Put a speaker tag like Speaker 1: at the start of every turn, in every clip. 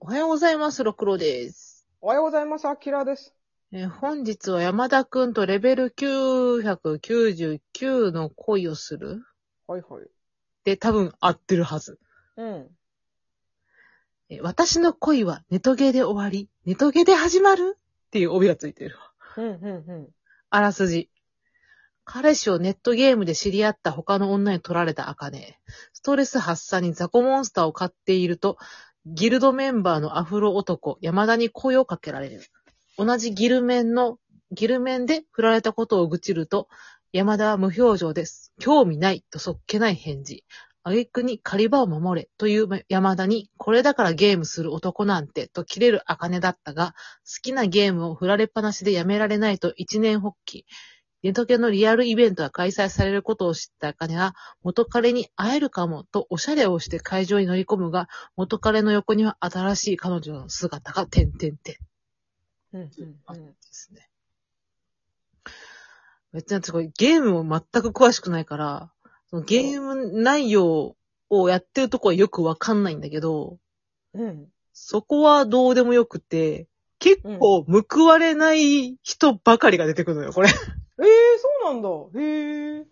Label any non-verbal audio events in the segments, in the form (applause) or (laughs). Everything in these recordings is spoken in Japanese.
Speaker 1: おはようございます、ろくろです。
Speaker 2: おはようございます。アキラです。
Speaker 1: えー本日は山田くんとレベル999の恋をする
Speaker 2: はいはい。
Speaker 1: で、多分合ってるはず。
Speaker 2: うん。
Speaker 1: えー私の恋はネトゲで終わり、ネトゲで始まるっていう帯がついてるわ。
Speaker 2: うん、うん、
Speaker 1: あらすじ。彼氏をネットゲームで知り合った他の女に取られた茜ストレス発散に雑魚モンスターを買っていると、ギルドメンバーのアフロ男、山田に声をかけられる。同じギルメンの、ギルメンで振られたことを愚痴ると、山田は無表情です。興味ないとそっけない返事。挙句に狩り場を守れという山田に、これだからゲームする男なんてと切れる茜だったが、好きなゲームを振られっぱなしでやめられないと一年発起。ネトゲのリアルイベントが開催されることを知った茜は、元彼に会えるかもとおしゃれをして会場に乗り込むが、元彼の横には新しい彼女の姿が点々点で
Speaker 2: うん。うん、うん。
Speaker 1: すね。めっちゃすごい。ゲームも全く詳しくないから、そのゲーム内容をやってるとこはよくわかんないんだけど、
Speaker 2: うん。
Speaker 1: そこはどうでもよくて、結構報われない人ばかりが出てくるのよ、これ。
Speaker 2: ええー、そうなんだ。へえ。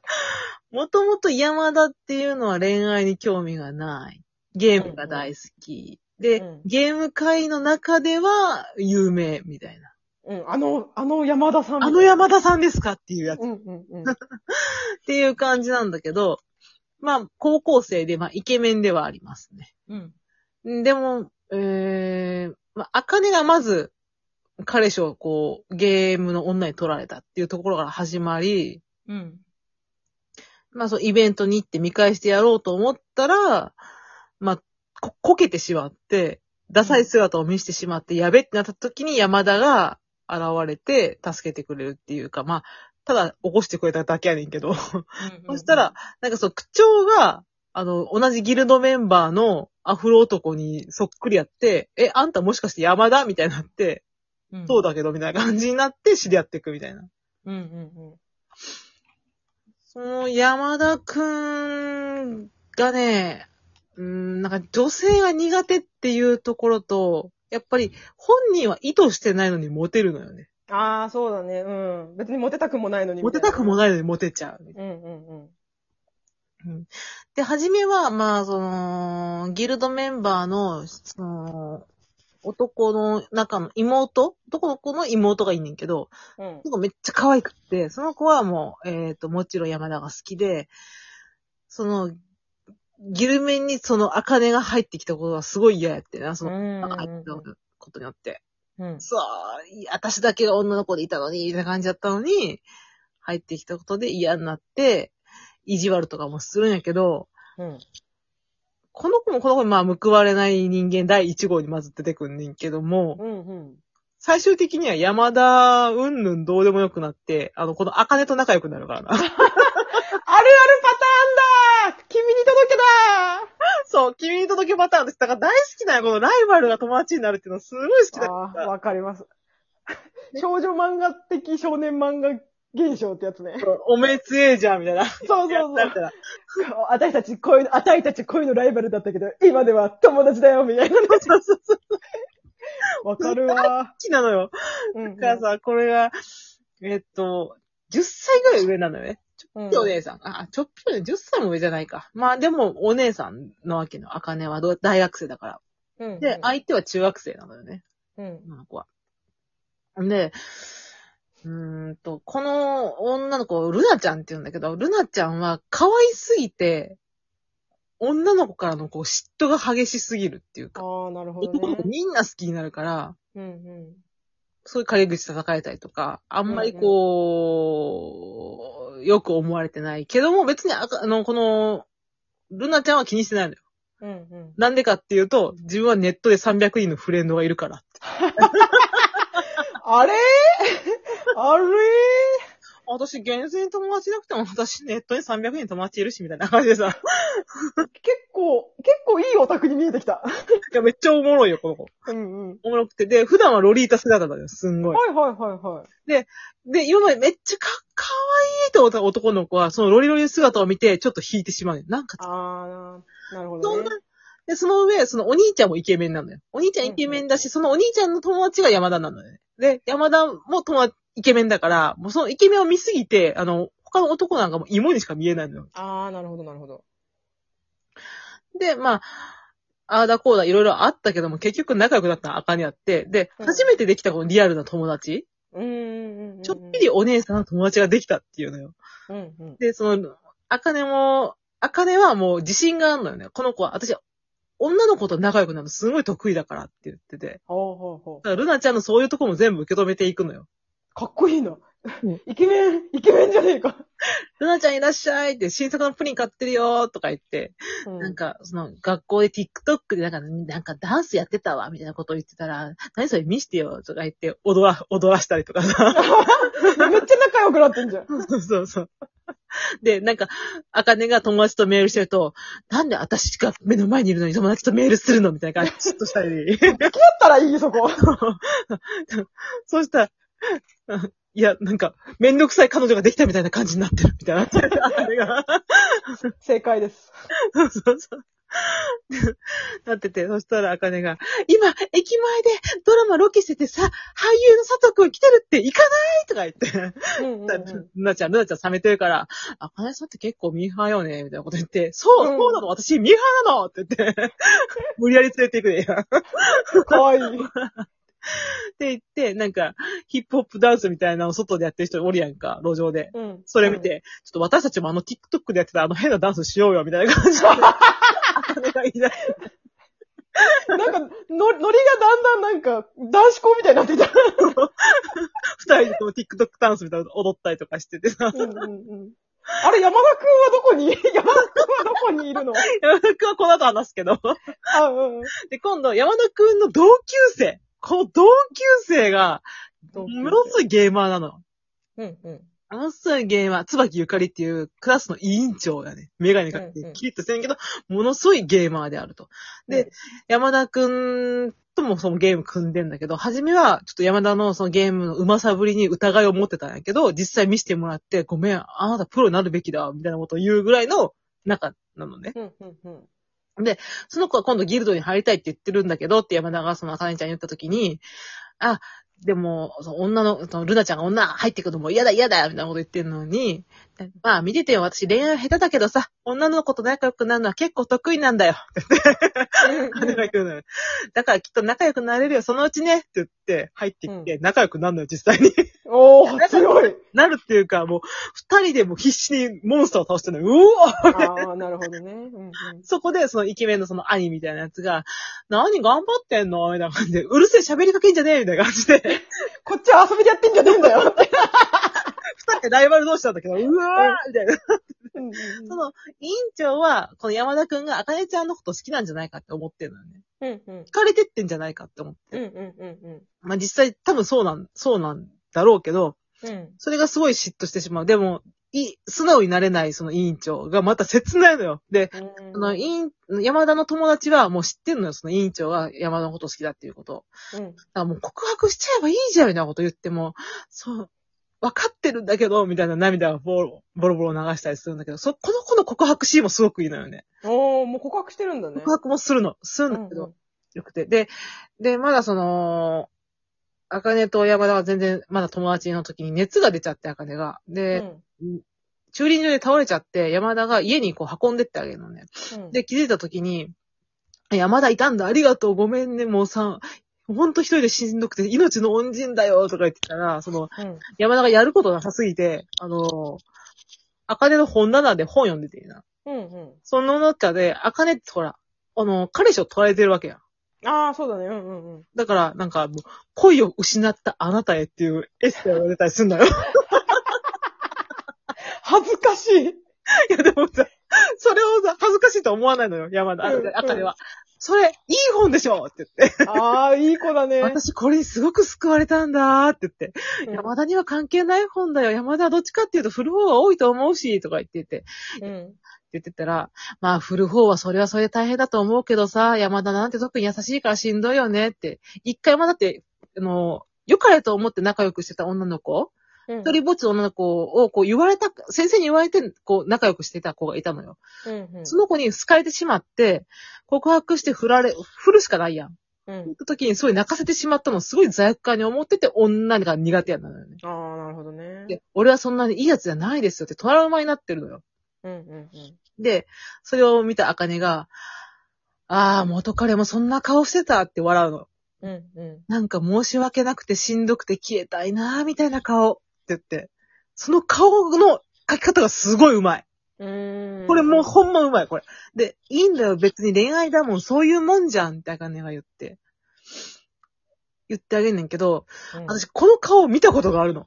Speaker 1: (laughs) もともと山田っていうのは恋愛に興味がない。ゲームが大好き。で、
Speaker 2: うん
Speaker 1: ゲーム界の中では有名みたいな。
Speaker 2: うん、あの、あの山田さん。
Speaker 1: あの山田さんですかっていうやつ。
Speaker 2: う
Speaker 1: っ
Speaker 2: ん、うん、うん。
Speaker 1: ていう感じなんだけど、まあ、高校生で、まあ、イケメンではありますね。
Speaker 2: うん。
Speaker 1: でも、えー、まあ、茜がまず、彼氏をこう、ゲームの女に取られたっていうところから始まり、
Speaker 2: うん。
Speaker 1: まあそう、イベントに行って見返してやろうと思ったら、まあ、こ、こけてしまって、ダサい姿を見せてしまって、やべってなった時に山田が現れて、助けてくれるっていうか、まあ、ただ起こしてくれただけやねんけど。そしたら、、なんかそう、口調が、あの、同じギルドメンバーのアフロ男にそっくりやって、え、あんたもしかして山田みたいになって、そう
Speaker 2: だ。
Speaker 1: だけど、みたいな感じになって知り合っていくみたいな。
Speaker 2: うん、うん、
Speaker 1: その山田くんがね、うーん、なんか女性が苦手っていうところと、やっぱり本人は意図してないのにモテるのよね。
Speaker 2: うん。ああ、そうだね。うん。別にモテたくもないのに。
Speaker 1: モテたくも
Speaker 2: な
Speaker 1: な
Speaker 2: い
Speaker 1: いのにモテちゃう。
Speaker 2: な。うん、うん、うん。
Speaker 1: で、初めは、まあ、その、ギルドメンバーの、その、男の中の妹男の子の妹がいんねんけど、
Speaker 2: うん
Speaker 1: そ。の子めっちゃ可愛くって、その子はもう、えっ、と、もちろん山田が好きで、その、ギルメンにその、茜が入ってきたことがすごい嫌やってな、その、
Speaker 2: うん
Speaker 1: 入ったことによって。
Speaker 2: うん。
Speaker 1: そう、私だけが女の子でいたのに、みたいな感じだったのに、入ってきたことで嫌になって、意地悪とかもするんやけど、
Speaker 2: うん。
Speaker 1: この子もこの子もまあ報われない人間第1号にまず出てくんねんけども、
Speaker 2: うん、うん。
Speaker 1: 最終的には山田うんぬんどうでもよくなって、あの、この茜と仲良くなるからな。
Speaker 2: あるあるパターンだ君に届けだ
Speaker 1: (laughs) そう、君に届けパターンです。だから大好きなよ、このライバルが友達になるっていうのすごい好きだよ。
Speaker 2: ああー、わかります。少女漫画的少年漫画現象ってやつね。
Speaker 1: おめえ強えじゃん、みたいな。そう
Speaker 2: そうそうそう。
Speaker 1: う。
Speaker 2: 私たち恋の、あたいたち恋のライバルだったけど、今では友達だよ、みたいな。
Speaker 1: そうそうそう。好
Speaker 2: わかるわ。
Speaker 1: きなのよ。
Speaker 2: うんうん
Speaker 1: だからさ、これが、えっと、10歳ぐらい上なのよね。ちょっぴお姉さん。あ、ちょっぴお姉、10歳も上じゃないか。まあでも、お姉さんのわけの、あかねはどう大学生だから。
Speaker 2: うんうん
Speaker 1: で、相手は中学生なのよね、
Speaker 2: うん
Speaker 1: 女の子は。で、うーんと、この女の子、ルナちゃんって言うんだけど、ルナちゃんは可愛すぎて、女の子からのこう嫉妬が激しすぎるっていうか、
Speaker 2: ああ、なるほど
Speaker 1: 男の子
Speaker 2: ね。
Speaker 1: みんな好きになるから、
Speaker 2: うんうん
Speaker 1: そういう陰口叩かれたりとか、あんまりこう、よく思われてないけども、別にあか、あの、この、ルナちゃんは気にしてないのよ。
Speaker 2: うんうん。
Speaker 1: なんでかっていうと、自分はネットで300人のフレンドがいるからって。
Speaker 2: あれあれ
Speaker 1: 私、厳選に友達いなくても、私、ネットに300人友達いるし、みたいな感じでさ。 (laughs)
Speaker 2: 結構、結構いいオタクに見えてきた。
Speaker 1: いや、めっちゃおもろいよ、この子。
Speaker 2: うんうん。
Speaker 1: おもろくて。で、普段はロリータ姿だよ、すんごい。
Speaker 2: はいはいはいはい。
Speaker 1: で、今までめっちゃか、かわいいと思った男の子は、そのロリロリの姿を見て、ちょっと引いてしまうね。なんか、
Speaker 2: ああ、なるほ
Speaker 1: そ
Speaker 2: ど
Speaker 1: ん
Speaker 2: ね
Speaker 1: な。、で、その上、そのお兄ちゃんもイケメンなのよ。お兄ちゃん
Speaker 2: うんう
Speaker 1: イ
Speaker 2: ん
Speaker 1: ケメンだし、そのお兄ちゃんの友達が山田なのよね。で、山田も友達、イケメンだから、もうそのイケメンを見すぎて、あの、他の男なんかも芋にしか見えないのよ。
Speaker 2: あー、なるほど、なるほど。
Speaker 1: で、まあ、ああだこうだいろいろあったけども、結局仲良くなった赤にあって、で、
Speaker 2: うん
Speaker 1: 初めてできたこのリアルな友達、
Speaker 2: うーんうんうんうん。
Speaker 1: ちょっぴりお姉さんの友達ができたっていうのよ。
Speaker 2: うんうん。
Speaker 1: で、その、あかねも、あかねはもう自信があるのよね。この子は、私、女の子と仲良くなるのすごい得意だからって言ってて。
Speaker 2: ほうほうほう。
Speaker 1: だから、ルナちゃんのそういうとこも全部受け止めていくのよ。
Speaker 2: かっこいいな
Speaker 1: うん。
Speaker 2: イケメン、イケメンじゃねえか。
Speaker 1: ルナちゃんいらっしゃいって、新作のプリン買ってるよとか言って、なんか、その、学校で TikTok でなんか、なんかダンスやってたわ、みたいなことを言ってたら、何それ見してよとか言って、踊ら、踊らしたりとかさ。
Speaker 2: めっちゃ仲良くなってんじゃん。
Speaker 1: そうそうそう。で、なんか、あかねが友達とメールしてると、なんで私が目の前にいるのに友達とメールするのみたいな感じで、ちょっとしたり。 (laughs)
Speaker 2: だったらいい、そこ。
Speaker 1: そうしたら、いや、なんか、めんどくさい彼女ができたみたいな感じになってる、みたいな。あかねが。
Speaker 2: 正解です。
Speaker 1: (laughs) そうそうそう。なってて、そしたらあかねが、今、駅前でドラマロケしててさ、俳優の佐藤くん来てるって行かないとか言って。
Speaker 2: うんうんうん
Speaker 1: ルナちゃん、ルナちゃん冷めてるから、あかねさんって結構ミーハーよね、みたいなこと言って、そう、
Speaker 2: うん
Speaker 1: そうなの、私ミーハーなのって言って、無理やり連れていくで、っ
Speaker 2: かわいい。
Speaker 1: て言って、なんか、ヒップホップダンスみたいなのを外でやってる人おるやんか、路上で。
Speaker 2: うん。
Speaker 1: それ見。て、ちょっと私たちもあの TikTok でやってたあの変なダンスしようよ、みたいな感
Speaker 2: (laughs)
Speaker 1: じで。あかねが言い出して
Speaker 2: なんか、の、ノリがだんだんなんか、男子校みたいになってきた。
Speaker 1: 二人でこの TikTok ダンスみたいなの踊ったりとかしててさ、 (laughs)
Speaker 2: うんうんうん。あれ、山田くんはどこに (laughs) 山田くんはどこにいるの
Speaker 1: 山田くんはこの後話すけど。
Speaker 2: あ、うん。
Speaker 1: で、今度山田くんの同級生、この同級生が、
Speaker 2: 同級生
Speaker 1: ものすごいゲーマーなの。
Speaker 2: うんうん。
Speaker 1: あのすごいゲーマー、椿ゆかりっていうクラスの委員長やね。メガネかけ
Speaker 2: うんう
Speaker 1: て
Speaker 2: ん
Speaker 1: キリッとしてるけど、ものすごいゲーマーであると。で、山田くんともそのゲーム組んでんだけど、初めはちょっと山田のそのゲームのうまさぶりに疑いを持ってたんやけど、実際見せてもらって、ごめん、あなたプロになるべきだ、みたいなことを言うぐらいの仲なのね。
Speaker 2: うんうんうん。
Speaker 1: その子は今度ギルドに入りたいって言ってるんだけどって山田がその赤根ちゃんに言った時に、あ、でも、その女の、そのルナちゃんが女入ってくるのも嫌だ嫌だみたいなこと言ってるのに、まあ見ててよ、私恋愛下手だけどさ、女の子と仲良くなるのは結構得意なんだよ。金が言うのよだからきっと仲良くなれるよ、そのうちねって言って入ってきて、仲良くなるのよ、実際に。 (laughs)
Speaker 2: おー、強い。
Speaker 1: なるっていうか、もう、二人でもう必死にモンスターを倒してるのよ。うおー
Speaker 2: あー、なるほどね。うんうん。
Speaker 1: そこで、そのイケメンのその兄みたいなやつが、何頑張ってんのみたいな感じで、うるせえ喋りかけんじゃねえみたいな感じで、
Speaker 2: こっちは遊びでやってんじゃねえんだよ。
Speaker 1: 二人でライバル同士なんだけど、うわーみたいな。
Speaker 2: うんうん
Speaker 1: その、委員長は、この山田くんが、あかねちゃんのこと好きなんじゃないかって思ってるのよね。
Speaker 2: うんうん。
Speaker 1: 惹かれてってんじゃないかって思って。
Speaker 2: うんうんうん
Speaker 1: まあ実際、多分そうなん、そうなんだろうけど、
Speaker 2: うん。うん。
Speaker 1: それがすごい嫉妬してしまう。でも、い、素直になれないその委員長がまた切ないのよ。で、
Speaker 2: うん
Speaker 1: その委員、山田の友達はもう知ってんのよ、その委員長が山田のこと好きだっていうことを。
Speaker 2: うん
Speaker 1: あ、もう告白しちゃえばいいじゃん、みたいなこと言っても、そう、わかってるんだけど、みたいな涙をボロボロボロ流したりするんだけど、そ、この子の告白シーンもすごくいいのよね。
Speaker 2: おー、もう告白してるんだね。
Speaker 1: 告白もするの、するんだけど、よくて。で、で、まだその、あかねと山田は全然、まだ友達の時に熱が出ちゃって、あかねが。
Speaker 2: うん
Speaker 1: で、駐輪場で倒れちゃって、山田が家にこう運んでってあげるのね。
Speaker 2: うん、
Speaker 1: で、気づいた時に、いや、まだいたんだ、ありがとう、ごめんね、もうさ、ほんと一人でしんどくて、命の恩人だよ、とか言ってたら、その、
Speaker 2: うん、
Speaker 1: 山田がやることなさすぎて、あの、あかねの本棚で本読んでていいな。
Speaker 2: うん、う
Speaker 1: その中で、あかねってほら、あの、彼氏を捉えてるわけやん。
Speaker 2: ん。ああ、そうだね、うん、うん、うん。
Speaker 1: だから、なんか、もう恋を失ったあなたへっていうエッセイを出たりすんだよ。 (laughs)
Speaker 2: 恥ずかしい。
Speaker 1: いや、でもさ、それをさ、恥ずかしいと思わないのよ、山田、あ
Speaker 2: うんうん
Speaker 1: あかねは。それ、いい本でしょって言って。
Speaker 2: ああ、いい子だね。
Speaker 1: 私これにすごく救われたんだーって言って。
Speaker 2: うん
Speaker 1: 山田には関係ない本だよ。山田はどっちかっていうと振る方が多いと思うし、とか言ってて、って
Speaker 2: うん。
Speaker 1: 言ってたら、まあ振る方はそれはそれで大変だと思うけどさ、山田なんて特に優しいからしんどいよねって。一回もだって、あの、良かれと思って仲良くしてた女の子
Speaker 2: うん
Speaker 1: 一人ぼっちの女の子を、こう言われた、先生に言われて、こう仲良くしてた子がいたのよ。
Speaker 2: うんうん
Speaker 1: その子に好かれてしまって、告白して振られ、振るしかないやん。
Speaker 2: うん。
Speaker 1: 時にすごい泣かせてしまったのをすごい罪悪感に思ってて女が苦手やなのよね。
Speaker 2: ああ、なるほどね。
Speaker 1: で、俺はそんなにいいやつじゃないですよってトラウマになってるのよ。
Speaker 2: うんうんうん。
Speaker 1: で、それを見た茜が、ああ、元彼もそんな顔してたって笑うの。
Speaker 2: うんうん。
Speaker 1: なんか申し訳なくてしんどくて消えたいなーみたいな顔って言って。その顔の描き方がすごいうまい。
Speaker 2: うーん。
Speaker 1: これもうほんまうまい、これ。で、いいんだよ、別に恋愛だもん、そういうもんじゃんって茜が言って。言ってあげんねんけど、
Speaker 2: うん、
Speaker 1: 私この顔を見たことがあるの。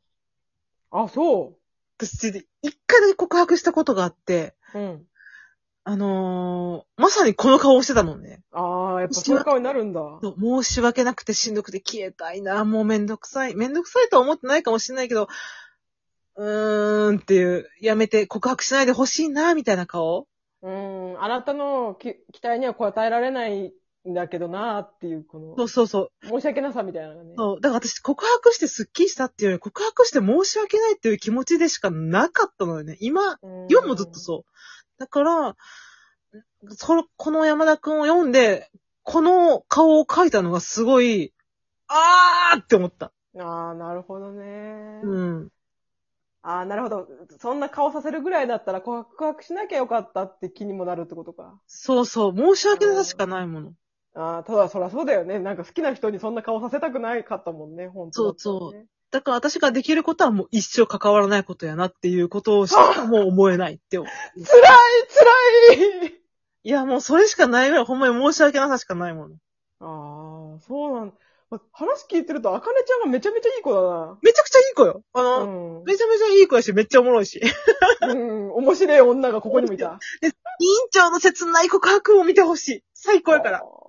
Speaker 2: あ、そ
Speaker 1: 私、一回だけ告白したことがあって、
Speaker 2: う。うん。
Speaker 1: あのーまさにこの顔をしてたもんね。
Speaker 2: ああ、やっぱそういう顔になるんだ。う
Speaker 1: そう申し訳なくてしんどくて消えたいな、もうめんどくさい。めんどくさいとは思ってないかもしれないけど、うーんっていう、やめて告白しないでほしいな、みたいな顔。
Speaker 2: ーん。あなたのき期待には応えられないんだけどなーっていう、こ
Speaker 1: そ
Speaker 2: の、
Speaker 1: うそうそう。
Speaker 2: 申し訳なさみたいなのがね。
Speaker 1: そう。だから私告白してスッキリしたっていうより告白して申し訳ないっていう気持ちでしかなかったのよね。今、
Speaker 2: う
Speaker 1: 読もずっと
Speaker 2: う。
Speaker 1: そう。だから、そこの山田くんを読んで、この顔を描いたのがすごい、あーって思った。
Speaker 2: ああ、なるほどね。
Speaker 1: うん。
Speaker 2: ああ、なるほど。そんな顔させるぐらいだったら告白しなきゃよかったって気にもなるってことか。
Speaker 1: そうそう。申し訳なさしかないもの。
Speaker 2: ああ、ただそりゃそうだよね。なんか好きな人にそんな顔させたくないかったもんね、本当だったらね、
Speaker 1: そうだから私ができることはもう一生関わらないことやなっていうことをしかもう思えないって思う。
Speaker 2: 辛い辛い
Speaker 1: いや、もうそれしかないぐらいほんまに申し訳なさしかないもの。
Speaker 2: ああ、そうなんだ。ま話聞いてると、あかねちゃんがめちゃめちゃいい子だな。
Speaker 1: めちゃくちゃいい子よ。あ
Speaker 2: う
Speaker 1: の、
Speaker 2: ん。
Speaker 1: (laughs) めちゃめちゃいい子やし、めっちゃおも (laughs) ろいし。
Speaker 2: うん、
Speaker 1: (laughs)
Speaker 2: 面白い女がここにもいた。
Speaker 1: 委員長の切ない告白を見てほしい。最高やから。
Speaker 2: あー。